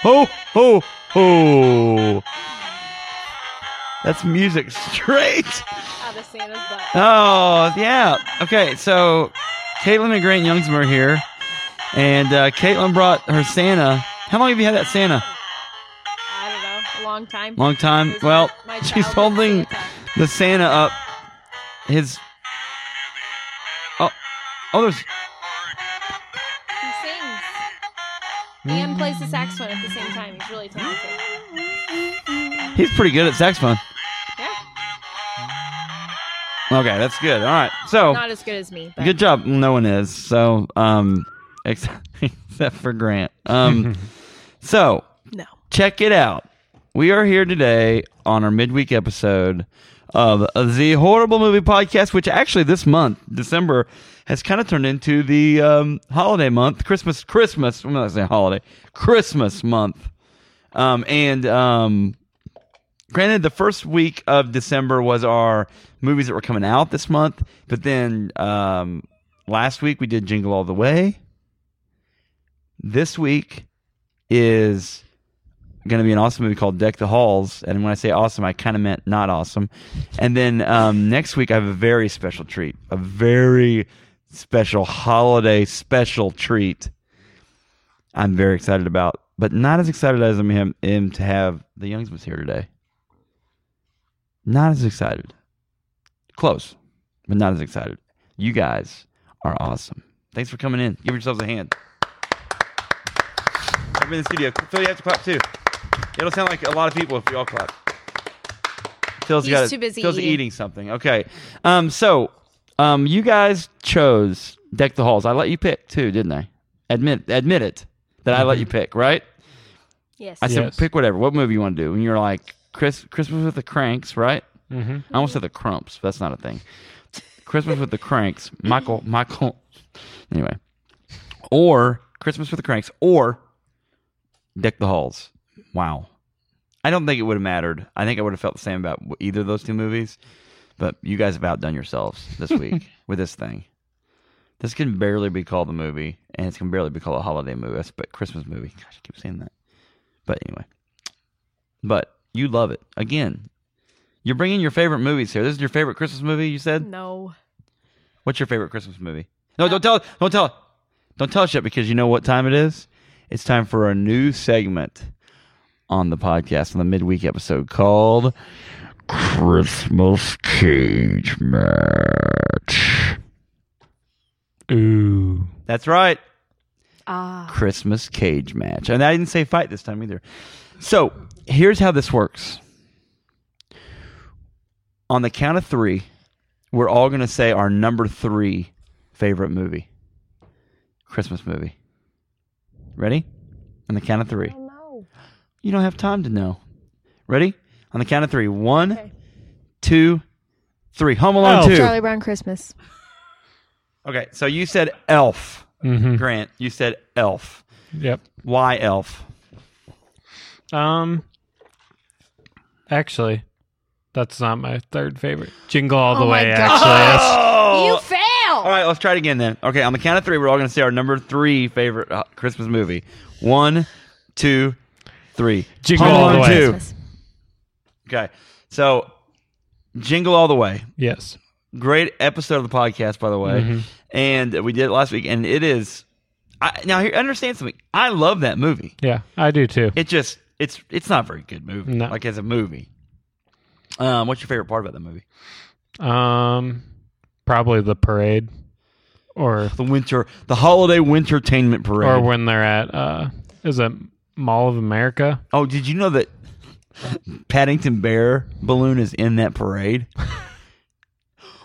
ho, ho, ho. That's music straight. out of Santa's butt. Oh, yeah. Okay, so Caitlin and Grant Youngsma are here. And uh, Caitlin brought her Santa. How long have you had that Santa? I don't know. A long time. Long time. He's Well, my she's childhood holding Santa. the Santa up. His. Oh, oh there's. He sings and plays the saxophone at the same time. He's really talented. He's pretty good at saxophone. Yeah, Okay, that's good. All right. So. not as good as me. But Oh. Good job. No one is. So, um, except, except for Grant. Um, so No. check it out. We are here today on our midweek episode of the Horrible Movie Podcast, which actually this month, December, has kind of turned into the um, holiday month, Christmas, Christmas. I'm not saying holiday, Christmas month. Um, and um, granted, the first week of December was our movies that were coming out this month, but then um, last week we did Jingle All the Way. This week is going to be an awesome movie called Deck the Halls. And when I say awesome, I kind of meant not awesome. And then um, next week, I have a very special treat, a very special holiday special treat. I'm very excited about, but not as excited as I am, am to have the Youngsmans here today. Not as excited. Close, but not as excited. You guys are awesome. Thanks for coming in. Give yourselves a hand. I'm in the studio. Phil, you have to clap too. It'll sound like a lot of people if we all clap. Phil's He's got too busy Phil's eating. eating something. Okay. Um, so um, you guys chose Deck the Halls. I let you pick too, didn't I? Admit admit it that I let you pick, right? Yes. I said Yes. pick whatever. What movie you want to do? And you're like Chris Christmas with the Cranks, right? Mm-hmm. I almost said the Crumps. But that's not a thing. Christmas with the Cranks. Michael Michael. Anyway, or Christmas with the Cranks, or Deck the Halls. Wow. I don't think it would have mattered. I think I would have felt the same about either of those two movies. But you guys have outdone yourselves this week with this thing. This can barely be called a movie, and it can barely be called a holiday movie, That's- but Christmas movie. Gosh, I keep saying that. But anyway, but you love it again. You're bringing your favorite movies here. This is your favorite Christmas movie. You said, No. "What's your favorite Christmas movie?" No, don't tell. Don't tell. Don't tell us yet because you know what time it is. It's time for our new segment on the podcast on the midweek episode called Christmas Cage Match. Ooh. That's right. Ah. Christmas cage match. And I didn't say fight this time either. So here's how this works. On the count of three, we're all going to say our number three favorite movie, Christmas movie. Ready? On the count of three. no. You don't have time to know. Ready? On the count of three. One, Okay. two, three. Home Alone Elf. two. Charlie Brown Christmas. Okay, so you said Elf, Mm-hmm. Grant. You said Elf. Yep. Why Elf? Um. Actually, that's not my third favorite. Jingle all the Oh my way. God. Actually, Oh. You fail. All right, let's try it again then. Okay, on the count of three, we're all going to say our number three favorite uh, Christmas movie. One, two, three. Jingle Home All the Alone Way. two. Christmas. Okay, so jingle all the way. that's, yes. Great episode of the podcast, by the way, Mm-hmm. and we did it last week. And it is I, now here. Understand something? I love that movie. Yeah, I do too. It just it's it's not a very good movie. No. Like as a movie. Um, what's your favorite part about the movie? Um, probably the parade, or The winter, the holiday wintertainment parade. or when they're at uh, is it Mall of America? Oh, did you know that Paddington Bear balloon is in that parade?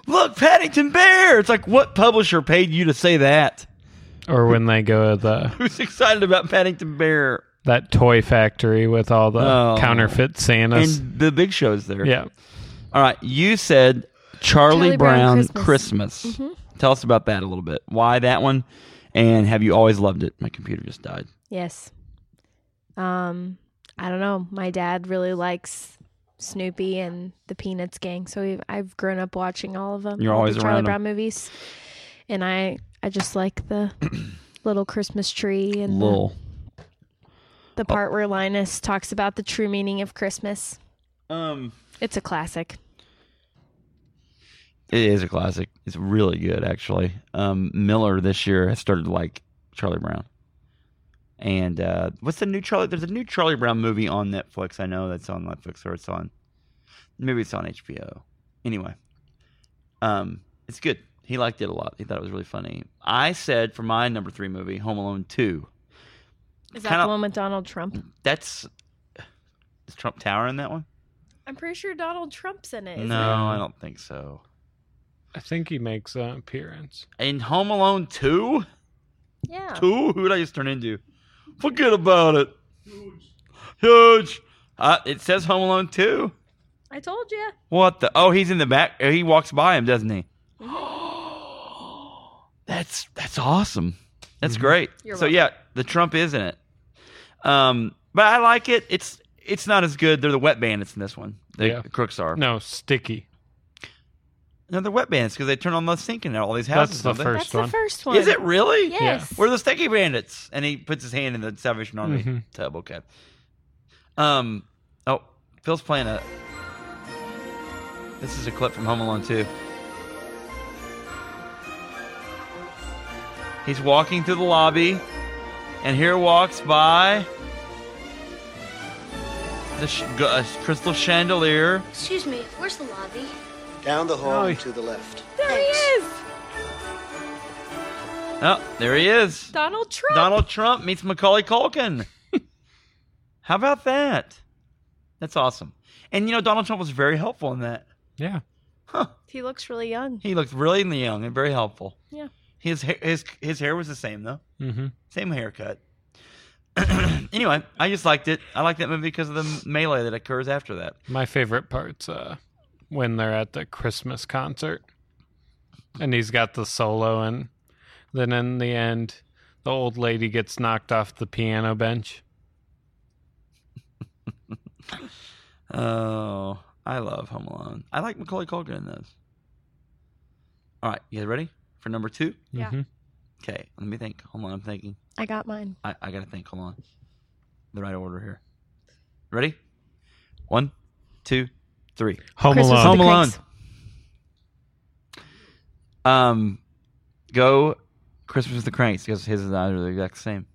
Look, Paddington Bear! It's like, what publisher paid you to say that? Or when they go to the Who's excited about Paddington Bear? that toy factory with all the Oh. counterfeit Santas? And the big show's there. yeah. All right, you said Charlie, Charlie Brown, Brown Christmas. Mm-hmm. Tell us about that a little bit. Why that one? And have you always loved it? My computer just died. Yes. Um, I don't know. My dad really likes Snoopy and the Peanuts gang, so we've, I've grown up watching all of them. You're all always the Charlie around 'em. Brown movies, and I I just like the little Christmas tree and the- Lil. The part where Linus talks about the true meaning of Christmas. Um, It's a classic. It is a classic. It's really good, actually. Um, Miller this year has started to like Charlie Brown. And uh, what's the new Charlie? There's a new Charlie Brown movie on Netflix. I know that's on Netflix or it's on. Maybe it's on HBO. Anyway, um, it's good. He liked it a lot. He thought it was really funny. I said for my number three movie, Home Alone 2. Is that Kinda- the one with Donald Trump? That's. Is Trump Tower in that one? I'm pretty sure Donald Trump's in it. no, I don't think so. I think he makes an appearance. In Home Alone 2? Yeah. Two? Who did I just turn into? Forget about it. Huge. Uh, it says Home Alone Two. I told you. What the? Oh, he's in the back. uh, He walks by him, doesn't he? that's that's awesome. That's Mhm. great. Mm-hmm. You're so welcome. yeah, the Trump is in it. Um, but I like it. It's it's not as good. They're the wet bandits in this one. The Yeah. crooks are. No. No, Sticky. they're wet bandits because they turn on the sink in all these That's houses. the don't they? first That's one. the first one. Is it really? Yes. We're the Sticky Bandits, and he puts his hand in the Salvation Army Mhm. tub. Okay. Um. Oh, Phil's playing a. This is a clip from Home Alone 2. He's walking through the lobby, and here walks by the sh- g- a crystal chandelier. Excuse me, where's the lobby? Down the hall Oh, to the left. There he is. Oh, there he is. Donald Trump. Donald Trump meets Macaulay Culkin. How about that? That's awesome. And you know, Donald Trump was very helpful in that. Yeah. He looks really young. He looked really young and very helpful. Yeah. His ha- his his hair was the same though, Mm-hmm. same haircut. anyway, I just liked it. I liked that movie because of the melee that occurs after that. My favorite part's uh, when they're at the Christmas concert and he's got the solo, and then in the end, the old lady gets knocked off the piano bench. Oh, I love Home Alone. I like Macaulay Culkin in those. All right, you guys ready for number two? Yeah. Mhm. Okay, let me think. Hold on, I'm thinking. I got mine. I, I gotta think. Hold on. The right order here. Ready? One, two, three. Home Christmas Alone. with Home the Alone. Cranks. Um, go Christmas with the Cranks because his and ours are the exact same.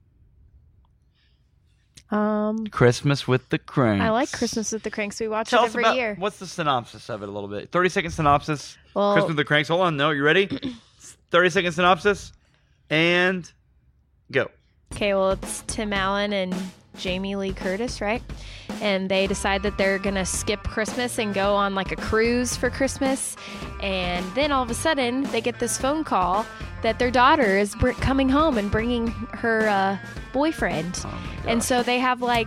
Um, Christmas with the Cranks. I like Christmas with the Cranks. We watch Hmm. Tell it us every about year. what's the synopsis of it a little bit. Thirty second synopsis. Well, Christmas with the Cranks. Hold on. No, you ready? Thirty second synopsis, and go. Okay, well, it's Tim Allen and Jamie Lee Curtis, right? And they decide that they're going to skip Christmas and go on like a cruise for Christmas. And then all of a sudden, they get this phone call that their daughter is br- coming home and bringing her uh, boyfriend. Oh my And gosh. so they have like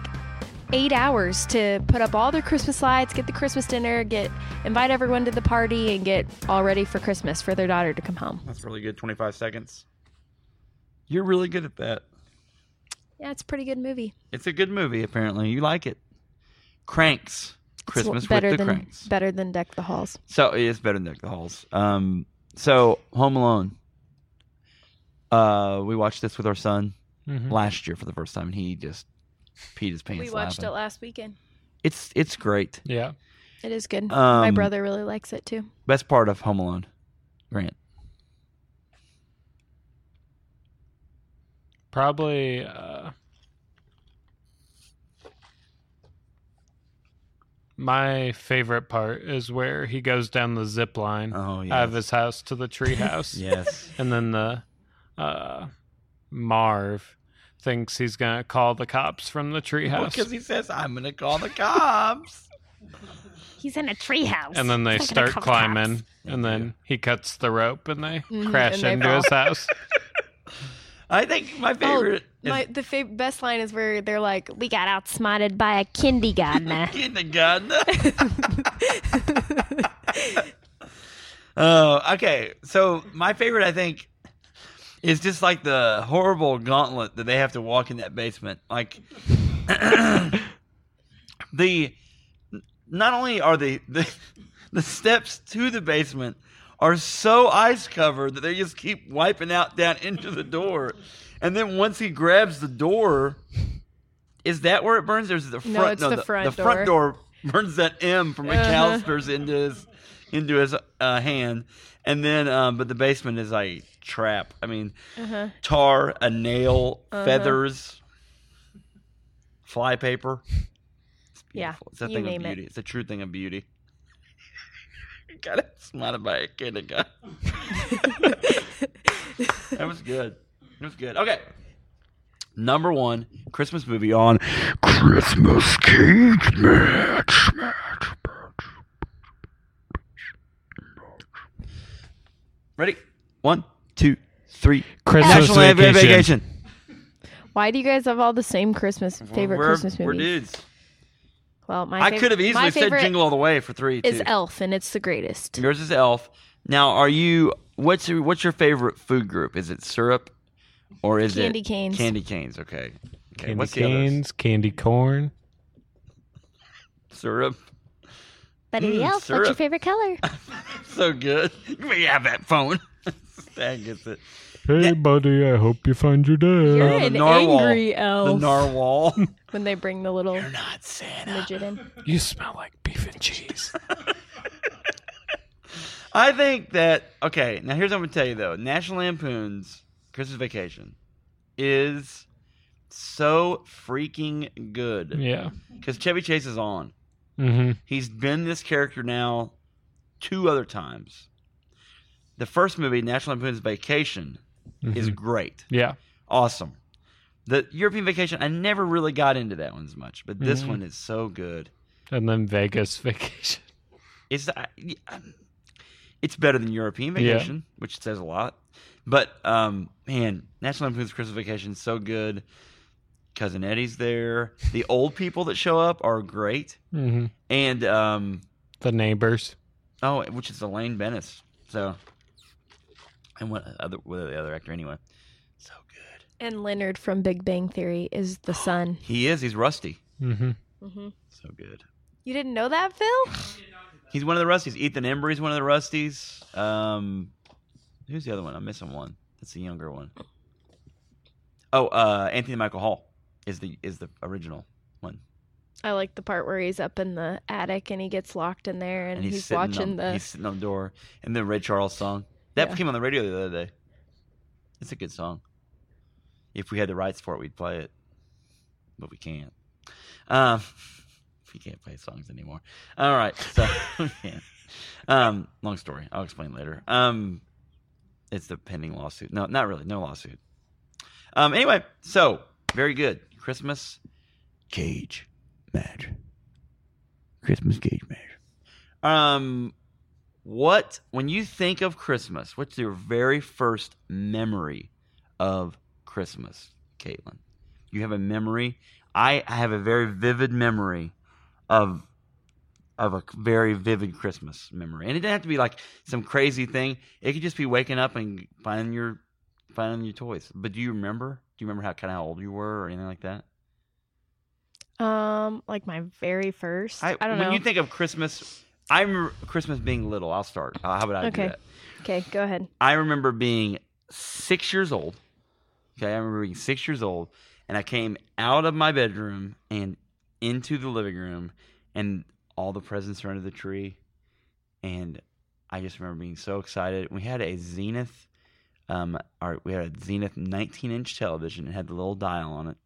eight hours to put up all their Christmas lights, get the Christmas dinner, get invite everyone to the party, and get all ready for Christmas for their daughter to come home. That's really good. Twenty five seconds. You're really good at that. Yeah, it's a pretty good movie. It's a good movie, apparently. You like it. Cranks. It's Christmas with better the than Cranks. better than Deck the Halls. So it is better than Deck the Halls. Um, so Home Alone. Uh, we watched this with our son Mhm. last year for the first time, and he just peed his pants. Mm-hmm. We watched laughing. it last weekend. It's it's great. Yeah. It is good. Um, My brother really likes it too. Best part of Home Alone, Grant. Probably. Uh, my favorite part is where he goes down the zip line Oh out of yes, his house to the tree house. yes. And then the uh, Marv thinks he's going to call the cops from the treehouse. Because he says I'm gonna call the cops. He's in a treehouse. and then they start climbing. And They then do. he cuts the rope and they Mhm, crash and they into fall. his house. I think my favorite is Oh, my, the fa- best line is where they're like, "We got outsmarted by a kindergartner." kindergarten. Oh, okay. So my favorite, I think, is just like the horrible gauntlet that they have to walk in that basement. Like the not only are the, the the steps to the basement are so ice covered that they just keep wiping out down into the door, and then once he grabs the door, Is that where it burns? There's the front. No, it's the front the front door burns that M from McAllister's into his into his uh, hand, and then um, but the basement is a trap. I mean, tar, a nail, Uh-huh. feathers, fly paper. It's Yeah, beautiful. it's a you thing name of it. beauty. It's a true thing of beauty. Got it smarted by a kindergarten. that was good. That was good. Okay. Number one Christmas movie on Christmas Cage Match. match, match. Ready? One, two, three. Christmas National Vacation. Vacation. Why do you guys have all the same Christmas favorite we're, Christmas we're movies? dudes. Well, my I fav- could have my easily said favorite Jingle All the Way for three. is too. Elf, and it's the greatest. Yours is Elf. Now, are you? What's your What's your favorite food group? Is it syrup, or is Candy it canes. Candy canes. Okay. okay. Candy what's the others? canes, candy corn. Syrup. But Mm, Elf, what's your syrup. favorite color? So good. You may have that phone. Stan gets it. Hey, buddy, I hope you find your dad. the narwhal. The The narwhal. when they bring the little Not Santa. midget in. You smell like beef and cheese. I think that okay. Now here's what I'm gonna tell you though. National Lampoon's Christmas Vacation is so freaking good yeah. because Chevy Chase is on. Mm-hmm. He's been this character now two other times. The first movie, National Lampoon's Vacation, is great, Mm-hmm. Yeah. awesome. The European Vacation, I never really got into that one as much, but this one is so good. And then Vegas vacation. It's I- I'm- um, it's better than European Vacation, which says a lot. But um, man, National Lampoon's Christmas Vacation is so good. Cousin Eddie's there. The old people that show up are great, Mm-hmm. and um, The neighbors. Oh, which is Elaine Bennis. So, and what other what the other actor anyway? So good. And Leonard from Big Bang Theory is the son. He is. He's rusty. Mm-hmm. So good. You didn't know that, Phil? He's one of the rusties. Ethan Embry's one of the rusties. Um, who's the other one? I'm missing one. That's the younger one. Oh, uh, Anthony Michael Hall is the is the original one, I like the part where he's up in the attic and he gets locked in there and, and he's, he's, sitting watching on, the. he's sitting on the door, and the Ray Charles song that Yeah. came on the radio the other day. It's a good song. If we had the rights for it, we'd play it, but we can't. Um, we can't play songs anymore. All right, so we can't. Um, long story. I'll explain later. Um, it's the pending lawsuit. No, not really. No lawsuit. Um, anyway, so very good. Christmas cage match. Christmas cage match. Um, what when you think of Christmas? What's your very first memory of Christmas, Caitlin? You have a memory. I, I have a very vivid memory of of a very vivid Christmas memory, and it didn't have to be like some crazy thing. It could just be waking up and finding your finding your toys. But do you remember? Do you remember how kind of how old you were or anything like that? Um, like my very first. I, don't when know. you think of Christmas, I remember Christmas being little. I'll start. Uh, how about I Okay. do that? okay, go ahead. I remember being six years old. Okay, I remember being six years old, and I came out of my bedroom and into the living room, and all the presents were under the tree, and I just remember being so excited. We had a Zenith, um, our, we had a Zenith 19-inch television. It had the little dial on it,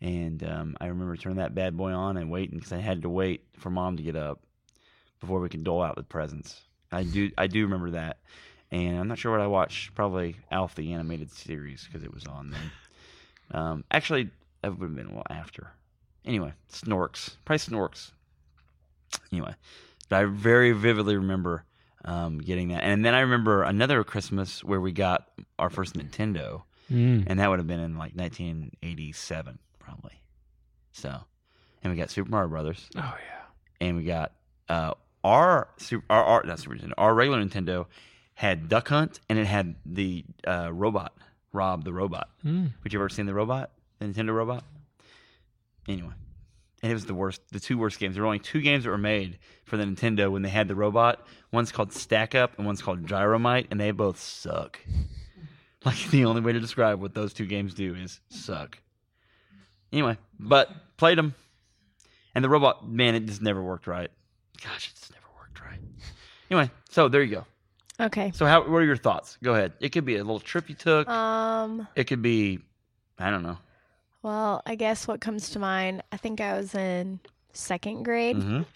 and um, I remember turning that bad boy on and waiting because I had to wait for mom to get up before we could dole out the presents. I do, I do remember that and I'm not sure what I watched. Probably Alf the animated series because it was on then. Um, actually, that would have been a little after. Anyway, Snorks, probably Snorks. Anyway, but I very vividly remember um, getting that, and then I remember another Christmas where we got our first Nintendo, Mm. and that would have been in like 1987, probably. So, and we got Super Mario Brothers Oh yeah. and we got uh, our super our, our not super Nintendo, our regular Nintendo had Duck Hunt and it had the uh, robot Rob the robot. Mm. Would you ever seen the robot, the Nintendo robot? Anyway, and it was the worst, the two worst games. There were only two games that were made for the Nintendo when they had the robot. One's called Stack Up and one's called Gyromite, and they both suck. Like the only way to describe what those two games do is suck. Anyway, but played them, and the robot man, it just never worked right. Gosh, it's never worked right. Anyway, so there you go. Okay. So how? What are your thoughts? Go ahead. It could be a little trip you took. Um. it could be, I don't know. Well, I guess what comes to mind, I think I was in second grade Mhm.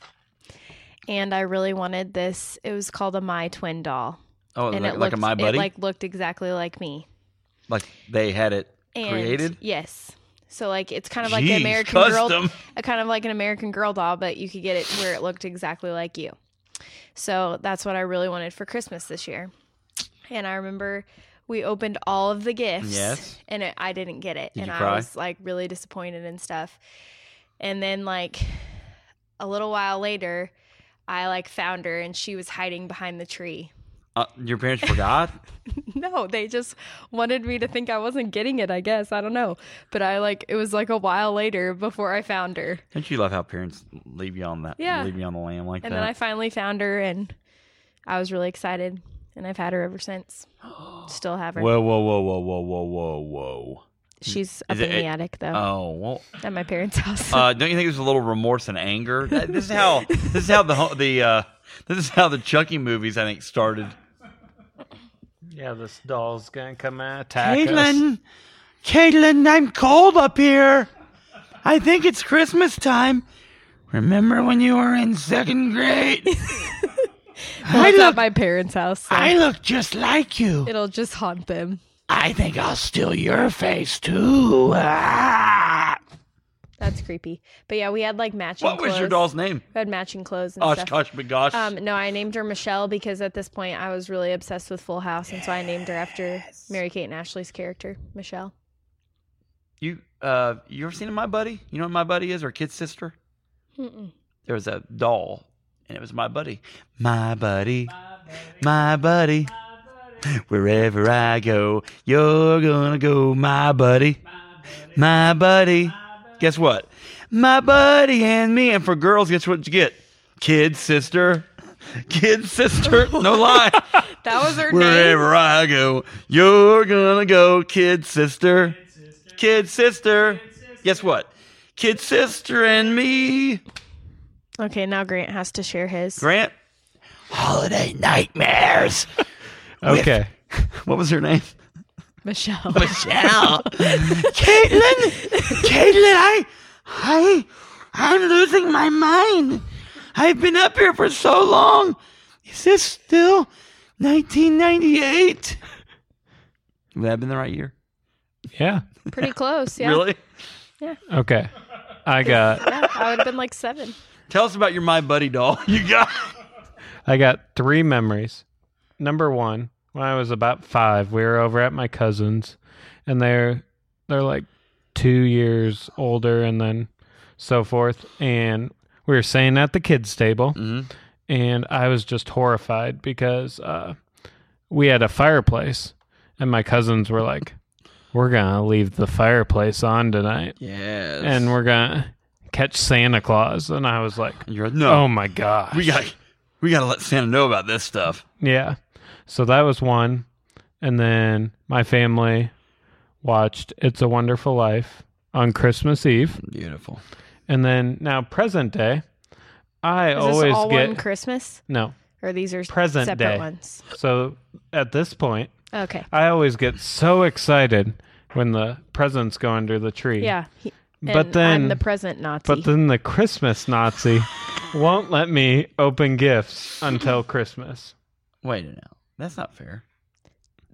and I really wanted this. It was called a My Twin doll. Oh, and like, it like looked, a my buddy. It Like, like looked exactly like me. they had it And created. Yes. So like it's kind of like Jeez, an American girl custom. a kind of like an American girl doll, but you could get it where it looked exactly like you. So that's what I really wanted for Christmas this year. And I remember we opened all of the gifts. Yes. And it, I didn't get it. Did and you I cry? was like really disappointed and stuff. And then like a little while later, I like found her and she was hiding behind the tree. Uh, your parents forgot. No, they just wanted me to think I wasn't getting it, I guess. I don't know. But I like it was like a while later before I found her. Don't you love how parents leave you on that? Yeah. Leave you on the lamb like And that. then I finally found her and I was really excited and I've had her ever since. Still have her. whoa, whoa, whoa, whoa, whoa, whoa, whoa, whoa. She's up Is it- in the it- attic though Oh well. at my parents' house. Uh, don't you think there's a little remorse and anger? That- This is how this is how the ho- the uh, this is how the Chucky movies I think started. Yeah, this doll's gonna come and attack us. Caitlin, I'm cold up here. I think it's Christmas time. Remember when you were in second grade? well, it's at my parents' house. So look just like you. it'll just haunt them. I think I'll steal your face too. Ah. That's creepy. But yeah, we had like matching What clothes. was your doll's Oh, name? We had matching clothes and Osh, stuff. gosh, but gosh. uh, Um, no, I named her Michelle because at this point I was really obsessed with Full House, and so I named her after Mary Kate and Ashley's character, Michelle. you uh, you ever seen my buddy? You know what my buddy is, or kid sister? Mm-mm. there was a doll and it was my buddy. My buddy. My buddy. Wherever I go, you're gonna go, my buddy. My buddy. Guess what? My buddy and me. And for girls, guess what you get? Kid sister. Kid sister. No lie. That was her name. Wherever I go, you're gonna go, kid sister. Kid sister. Guess what? Kid sister and me. Okay, now Grant has to share his. Grant. Holiday nightmares. Okay. What was her name? Michelle. Michelle. Caitlin. Caitlin, I, I, I'm losing my mind. I've been up here for so long. Is this still 1998? Would that have been the right year? Yeah. Pretty close, yeah. Really? Okay. I got Yeah, I would have been like seven. Tell us about your My Buddy doll. You got. I got three memories. Number one, when I was about five, we were over at my cousin's, and they're they're like two years older, and then so forth. And we were staying at the kids' table, Mhm. and I was just horrified because uh, we had a fireplace, and my cousins were like, "We're gonna leave the fireplace on tonight, Yes. and we're gonna catch Santa Claus." And I was like, you're no. "Oh my god, we got. We got to let Santa know about this stuff. Yeah. So that was one. And then my family watched It's a Wonderful Life on Christmas Eve. Beautiful. And then now present day, I Is this always all get one Christmas? No. Or these are Present separate day. ones? So at this point, Okay. I always get so excited when the presents go under the tree. Yeah. he- But and then I'm the present Nazi. but then the Christmas Nazi won't let me open gifts until Christmas. Wait a minute. That's not fair.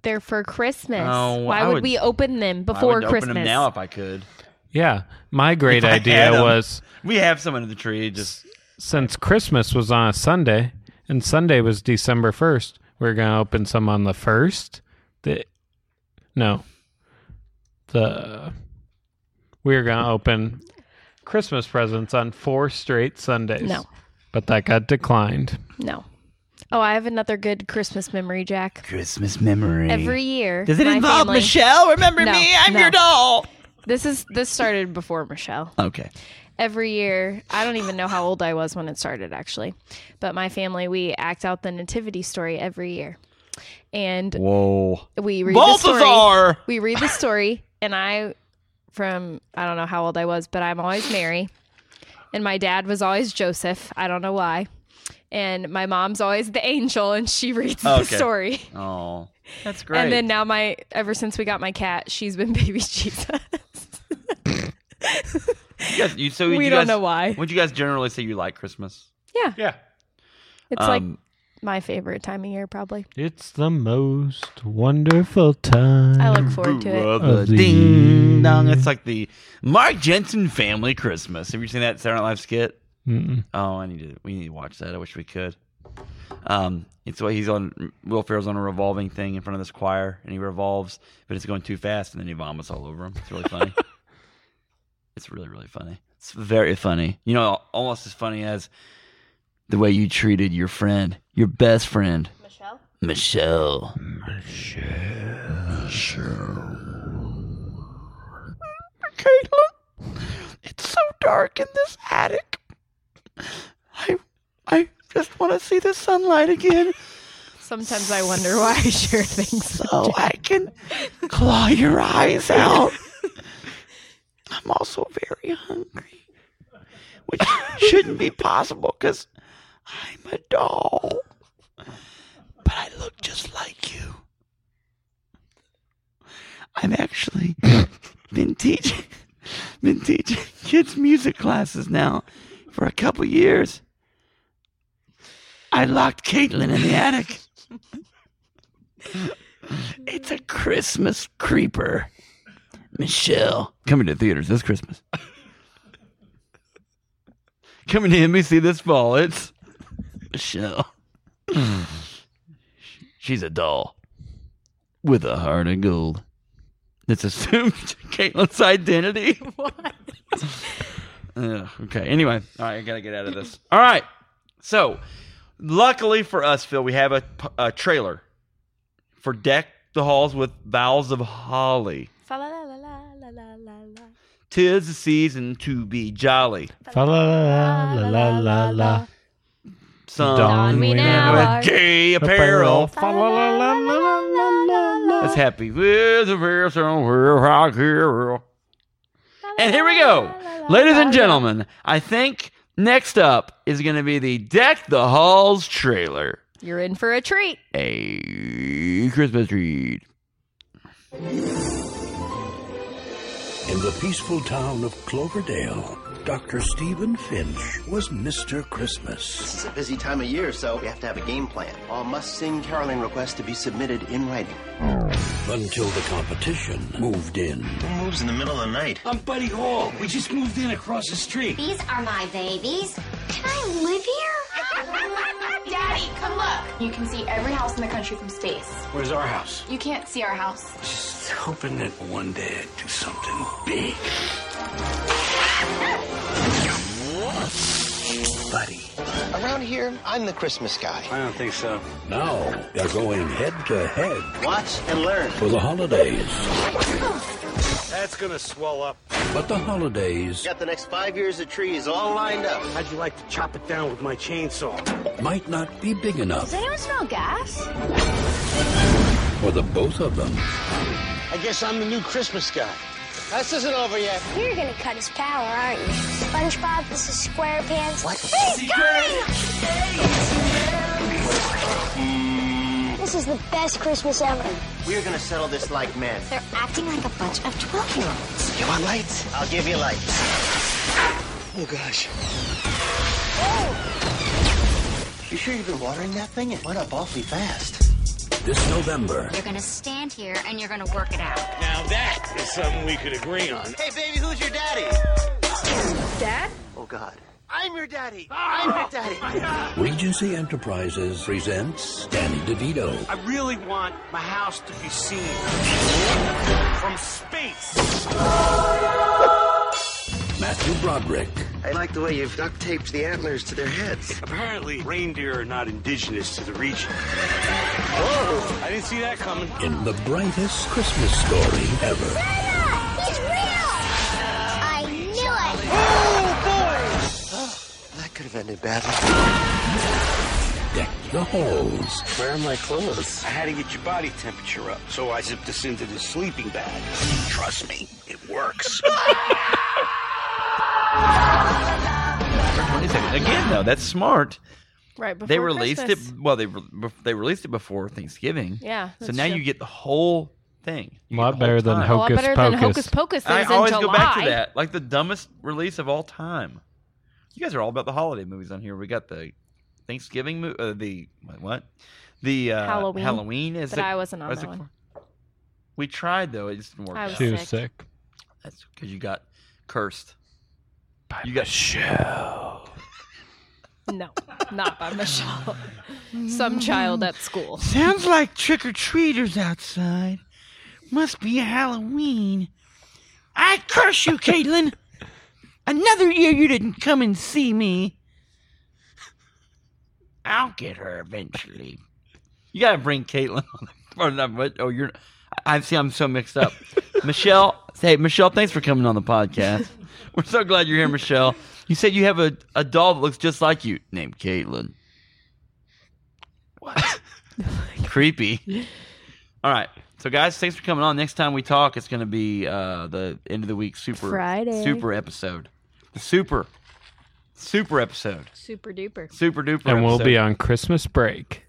They're for Christmas. Oh, Why I would, would- we open them I before would Christmas? open them now if I could. Yeah. My If great I had idea 'em. was We have some under the tree. Just since Christmas was on a Sunday and Sunday was December 1st, we are going to open some on the 1st. The No. The we were going to open Christmas presents on four straight Sundays. No. But that got declined. No. Oh, I have another good Christmas memory, Jack. Christmas memory. Every year. Does it my involve family- Michelle? Remember No, me? I'm no. your doll. This is this started before Michelle. Okay. Every year, I don't even know how old I was when it started actually. But my family, we act out the nativity story every year. And Whoa. we read the story. Balthazar. We read the story and I from I don't know how old I was, but I'm always Mary. And my dad was always Joseph. I don't know why. And my mom's always the angel and she reads the Okay. story. Oh, that's great. And then now my ever since we got my cat, she's been baby Jesus. you guys, you, so we you don't guys- know why. Would you guys generally say you like Christmas? Yeah. Yeah. It's Um, like my favorite time of year probably. It's the most wonderful time. I Mm-hmm. look forward to it. Brother, Of the ding year. dong. uh, It's like the Mark Jensen family Christmas. Have you seen that Saturday Night Live skit? Mm-mm. Oh, I need to. We need to watch that. I wish we could. Um, it's why he's on Will Ferrell's on a revolving thing in front of this choir, and he revolves, but it's going too fast, and then he vomits all over him. It's really funny. it's really really funny. It's very funny. You know, almost as funny as the way you treated your friend, your best friend, Michelle? Michelle. Caitlin, it's so dark in this attic. I, I just want to see the sunlight again Sometimes I wonder why I share things. so I can claw your eyes out. I'm also very hungry, which shouldn't be possible because I'm a doll. But I look just like you. I've actually been teaching been teaching kids music classes now for a couple years. I locked Caitlin in the attic. It's a Christmas creeper. Michelle. Coming to theaters this Christmas. Coming to NBC this fall. It's Michelle. She's a doll with a heart of gold. That's assumed Caitlin's identity. What? Ugh, okay. Anyway, all right. I gotta get out of this. All right. So, luckily for us, Phil, we have a, p- a trailer for deck the halls with boughs of holly. Fa la la la la la la la. Tis the season to be jolly. Fa la la la la la. Some Don we now are. with gay apparel. Fa la la la la la la la la. That's happy. With the verse on where I care. And here we go. Ladies and gentlemen, I think next up is going to be the Deck the Halls trailer. You're in for a treat. a Christmas tree. In the peaceful town of Cloverdale, Dr. Stephen Finch was Mr. Christmas. It's a busy time of year, so we have to have a game plan. All must sing caroling requests to be submitted in writing. Until the competition moved in. Who moves in the middle of the night? I'm Buddy Hall. We just moved in across the street. These are my babies. Can I live here? Daddy, come look. You can see every house in the country from space. Where's our house? You can't see our house. Just hoping that one day I'd do something big. Buddy. Uh, Around here, I'm the Christmas guy. I don't think so. Now they're going head to head Watch and learn. for the holidays. That's gonna swell up. But the holidays Got the next five years of trees all lined up. How'd you like to chop it down with my chainsaw? might not be big enough anyone smell gas? for the both of them. I guess I'm the new Christmas guy. This isn't over yet. You're gonna cut his power, aren't you? SpongeBob, this is SquarePants. What? This is the best Christmas ever. We're gonna settle this like men. They're acting like a bunch of 12 year olds. You want lights? I'll give you lights. Oh gosh. You sure you've been watering that thing? It went up awfully fast. This November, You're gonna stand here and you're gonna work it out. Now that is something we could agree on. Hey baby, who's your daddy? Dad? Oh god. I'm your daddy. I'm your daddy. Regency Enterprises presents Danny DeVito, I really want my house to be seen from space. Matthew Broderick, I like the way you've duct taped the antlers to their heads. Apparently, reindeer are not indigenous to the region. Whoa! I didn't see that coming. in the brightest Christmas story ever. He's real! I knew it! That could have ended badly. deck the halls. Where are my clothes? I had to get your body temperature up, so I zipped this into this sleeping bag. Trust me, it works. Wait a second. Again, though, that's smart. Right before they released Christmas. it. Well, they re- bef- they released it before Thanksgiving. Yeah, So that's now true. you get the whole thing. You A lot get the whole better than time. a lot Hocus better than Pocus. Hocus Pocus that I was in always July. go back to that. Like the dumbest release of all time. You guys are all about the holiday movies on here. We got the Thanksgiving movie. Uh, the what- what? The uh, Halloween. Halloween is. But it- I wasn't on is that it- one. We tried though. It just didn't work. I out. was She was sick. sick. That's because you got cursed. By You got No, not by Michelle. Some child at school. Sounds like trick or treaters outside. Must be Halloween. I curse you, Caitlin. Another year you didn't come and see me. I'll get her eventually. You gotta bring Caitlin on the or not, but- oh you're I see I'm so mixed up. Michelle hey Michelle, thanks for coming on the podcast. We're so glad you're here, Michelle. You said you have a, a doll that looks just like you named Caitlin. Creepy. All right. So guys, thanks for coming on. Next time we talk, it's gonna be uh the end of the week super Friday. super episode. The super super episode. Super duper. Super duper And we'll episode. be on Christmas break.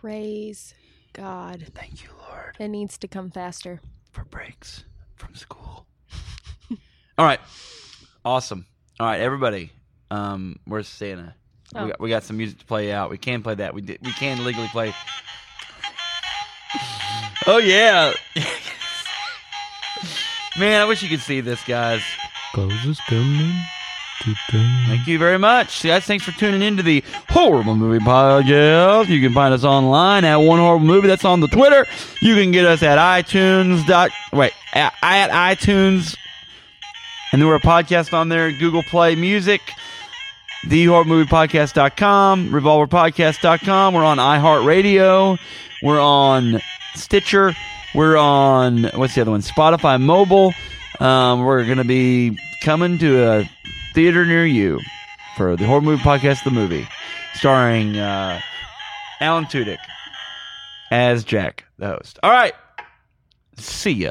Praise God. Thank you, Lord. It needs to come faster. for breaks from school. All right. Awesome. All right, everybody. Um, where's Santa? Oh. We, got, we got some music to play out. We can play that. We did, we can legally play. Oh yeah. Man, I wish you could see this, guys. Closes coming today. Thank you very much. Guys, thanks for tuning in to the Horrible Movie Podcast. You can find us online at One Horrible Movie. That's on the Twitter. You can get us at iTunes. Dot, wait, at, at iTunes. And then we're a podcast on there, Google Play Music, thehorriblemoviepodcast.com, revolverpodcast.com. We're on iHeartRadio. We're on Stitcher. We're on, what's the other one? Spotify Mobile. Um, we're going to be coming to a theater near you for the Horror Movie Podcast, the movie, starring uh, Alan Tudyk as Jack, the host. All right. See ya.